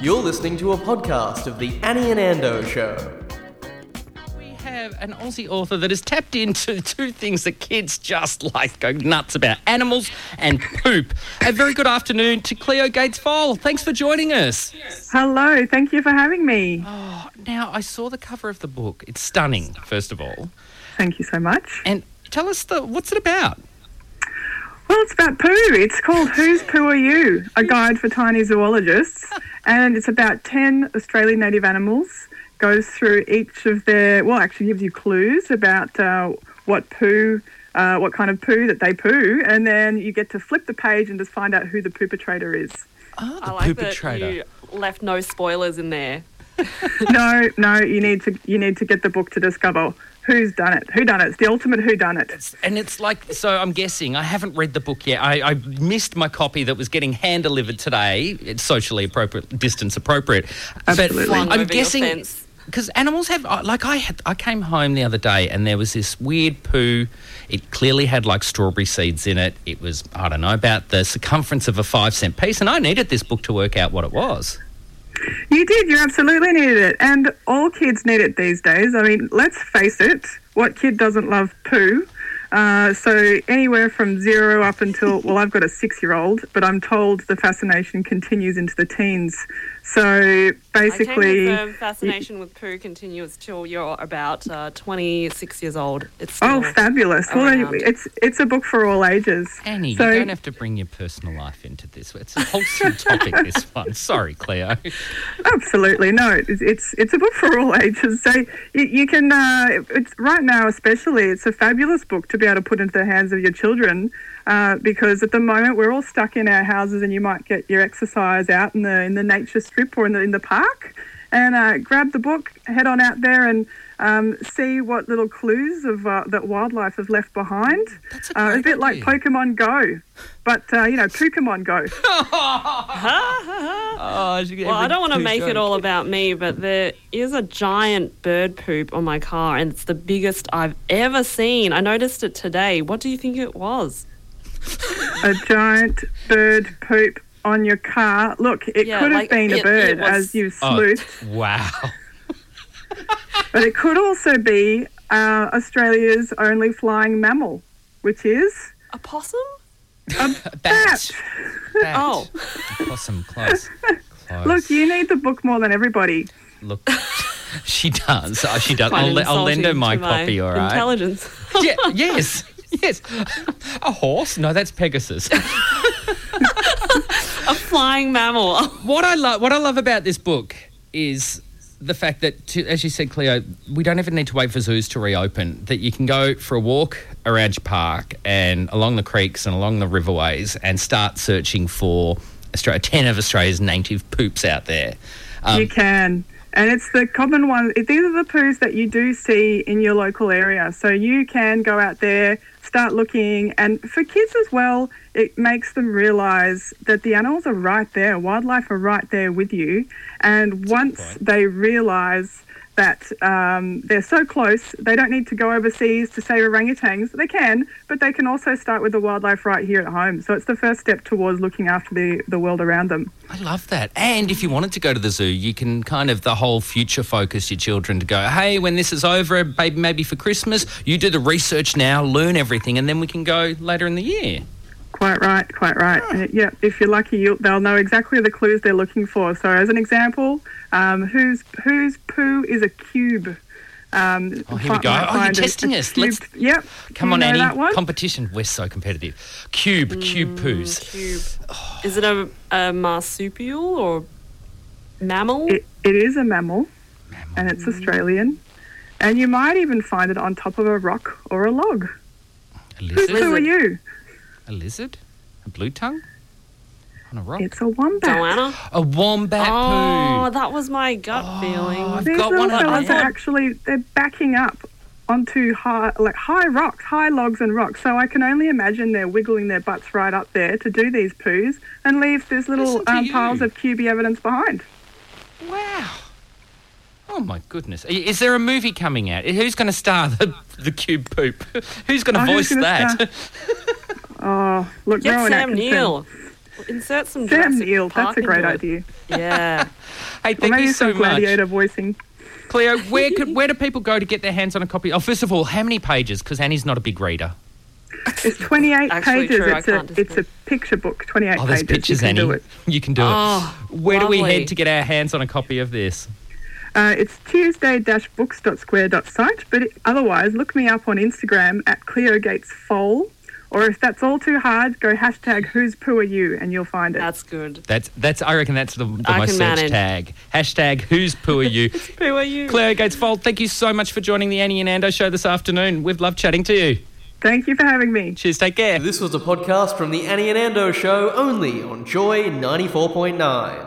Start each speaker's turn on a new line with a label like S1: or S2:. S1: You're listening to a podcast of The Annie and Ando Show.
S2: We have an Aussie author that has tapped into two things that kids just like go nuts about animals and poop. A very good afternoon to Cleo Gates File. Thanks for joining us.
S3: Hello, thank you for having me.
S2: Now, I saw the cover of the book. It's stunning, first of all.
S3: Thank you so much.
S2: And tell us the what's it about?
S3: Well, it's about poo. It's called Whose Poo Are You? A Guide for Tiny Zoologists. And it's about 10 Australian native animals, goes through each of their, well, actually gives you clues about uh, what poo. Uh, what kind of poo that they poo, and then you get to flip the page and just find out who the perpetrator is.
S2: Oh, the
S4: I like that
S2: perpetrator.
S4: you left no spoilers in there.
S3: no, no, you need to you need to get the book to discover who's done it. Who done it? It's the ultimate who done it.
S2: And it's like, so I'm guessing, I haven't read the book yet. I, I missed my copy that was getting hand delivered today. It's socially appropriate, distance appropriate. But
S3: Absolutely. Flung
S2: I'm
S4: over your
S2: guessing,
S4: fence.
S2: because animals have, uh, like, I, had, I came home the other day and there was this weird poo. It clearly had like strawberry seeds in it. It was, I don't know, about the circumference of a five cent piece. And I needed this book to work out what it was.
S3: You did. You absolutely needed it. And all kids need it these days. I mean, let's face it, what kid doesn't love poo? Uh, so anywhere from zero up until well, I've got a six-year-old, but I'm told the fascination continues into the teens. So
S4: I
S3: basically,
S4: can confirm fascination with poo continues till you're about uh, 26 years old. It's
S3: oh,
S4: still-
S3: fabulous! Well,
S4: Around.
S3: anyway, it's it's a book for all ages.
S2: Annie,
S3: so
S2: you don't have to bring your personal life into this. It's a wholesome topic, this one. Sorry, Cleo.
S3: Absolutely no. It's it's, it's a book for all ages. So you, you can. Uh, it's right now, especially. It's a fabulous book to be able to put into the hands of your children, uh, because at the moment we're all stuck in our houses, and you might get your exercise out in the in the nature strip or in the in the park, and uh, grab the book, head on out there, and. Um, see what little clues of uh, that wildlife have left behind.
S2: That's a
S3: uh, a
S2: great
S3: bit like
S2: idea.
S3: Pokemon Go, but uh, you know, Pokemon Go.
S4: Well, I don't want to make it all about me, but there is a giant bird poop on my car, and it's the biggest I've ever seen. I noticed it today. What do you think it was?
S3: a giant bird poop on your car. Look, it
S4: Yeah,
S3: could have
S4: like,
S3: been
S4: it-
S3: a
S4: it
S3: bird
S4: was-
S3: as you
S2: Oh,
S3: sleuthed,
S2: wow.
S3: but it could also be uh, Australia's only flying mammal, which is
S4: A possum?
S2: Bat. Bat.
S4: Oh.
S2: Possum, close. Close.
S3: look. You need the book more than everybody.
S2: Look. she does. Oh, she does.
S4: Quite
S2: I'll, le- I'll lend her
S4: insulting
S2: my
S4: to
S2: copy, all right?
S4: Intelligence.
S2: Yeah, yes. Yes. A horse? No, that's Pegasus.
S4: a flying mammal.
S2: what I love what I love about this book is the fact that to, as you said Cleo we don't even need to wait for zoos to reopen that you can go for a walk around your park and along the creeks and along the riverways and start searching for Australia, 10 of Australia's native poops out there
S3: you can. And it's the common one. it- These are the poos that you do see in your local area. So you can go out there, start looking. And for kids as well, it makes them realize that the animals are right there, wildlife are right there with you. And once they realize that um, they're so close, they don't need to go overseas to save orangutans. They can, but they can also start with the wildlife right here at home. So it's the first step towards looking after the, the world around them.
S2: I love that. And if you wanted to go to the zoo, you can kind of the whole future focus your children to go, hey, when this is over, baby, maybe for Christmas, you do the research now, learn everything, and then we can go later in the year.
S3: Quite right, quite right.
S2: Ah.
S3: Uh, yeah, if you're lucky, you'll, they'll know exactly the clues they're looking for. So, as an example, um, whose whose poo is a cube? Um,
S2: Oh, here we
S3: fi-
S2: go.
S3: might
S2: Oh, you're
S3: find a- a
S2: testing us.
S3: cubed-
S2: Let's-
S3: Yep.
S2: Come
S3: you
S2: on,
S3: know
S2: Annie.
S3: That one? Mm.
S2: Competition. We're so competitive. Cube, cube poos.
S4: Cube. Is it a, a marsupial or mammal?
S3: it, it is a mammal, and it's Australian. And you might even find it on top of a rock or a log.
S2: A
S3: Whose
S2: lizard?
S3: poo are
S4: Lizard.
S3: you?
S2: A lizard? A blue tongue? on a rock.
S3: It's a wombat.
S4: Joanna?
S2: a wombat
S4: Oh,
S2: poo.
S4: that was my gut feeling.
S3: These
S2: Got
S3: little
S2: one on
S3: fellas
S2: my
S3: are
S2: head.
S3: actually they're backing up onto high like high rocks, high logs and rocks. So I can only imagine they're wiggling their butts right up there to do these poos and leave these little
S2: Listen to
S3: um,
S2: you.
S3: piles of QB evidence behind.
S2: Wow. Oh my goodness! I- Is there a movie coming out? Who's going to star the, the cube poop? Who's going to
S3: Oh, who's
S2: voice
S3: gonna
S2: that?
S3: star- Oh, look,
S4: Get
S3: Rowan
S4: Sam
S3: Atkinson.
S4: Neill. Insert some
S3: Sam
S4: Jurassic
S3: Neill, that's
S4: Park
S3: a great
S4: into it.
S3: idea.
S4: Yeah.
S2: hey,
S3: Or
S2: thank
S3: maybe
S2: you so
S3: some
S2: much,
S3: gladiator voicing.
S2: Cleo. Where could where do people go to get their hands on a copy? Oh, first of all, how many pages? Because Annie's not a big reader.
S3: It's 28
S4: Actually
S3: pages.
S4: true, I
S3: It's a
S4: can't
S3: it's a
S4: disagree.
S3: picture book. 28
S2: Oh, there's
S3: pages.
S2: pictures,
S3: you can
S2: Annie.
S3: do it.
S2: You can do
S4: Oh,
S2: it. Where do we
S4: lovely.
S2: head to get our hands on a copy of this?
S3: Uh, it's tuesday-books.square.site, but otherwise, look me up on Instagram at CleoGatesFoal, or if that's all too hard, go hashtag whose poo are you, and you'll find it.
S4: That's good.
S2: That's that's. I reckon that's the, the
S4: I
S2: most
S4: can
S2: searched tag.
S4: manage.
S2: Hashtag Who's Poo Are You?
S4: Who are you?
S2: Cleo Gates-Fold, thank you so much for joining the Annie and Ando show this afternoon. We've loved chatting to you.
S3: Thank you for having me.
S2: Cheers. Take care.
S1: This was a podcast from the Annie and Ando show only on Joy 94.9.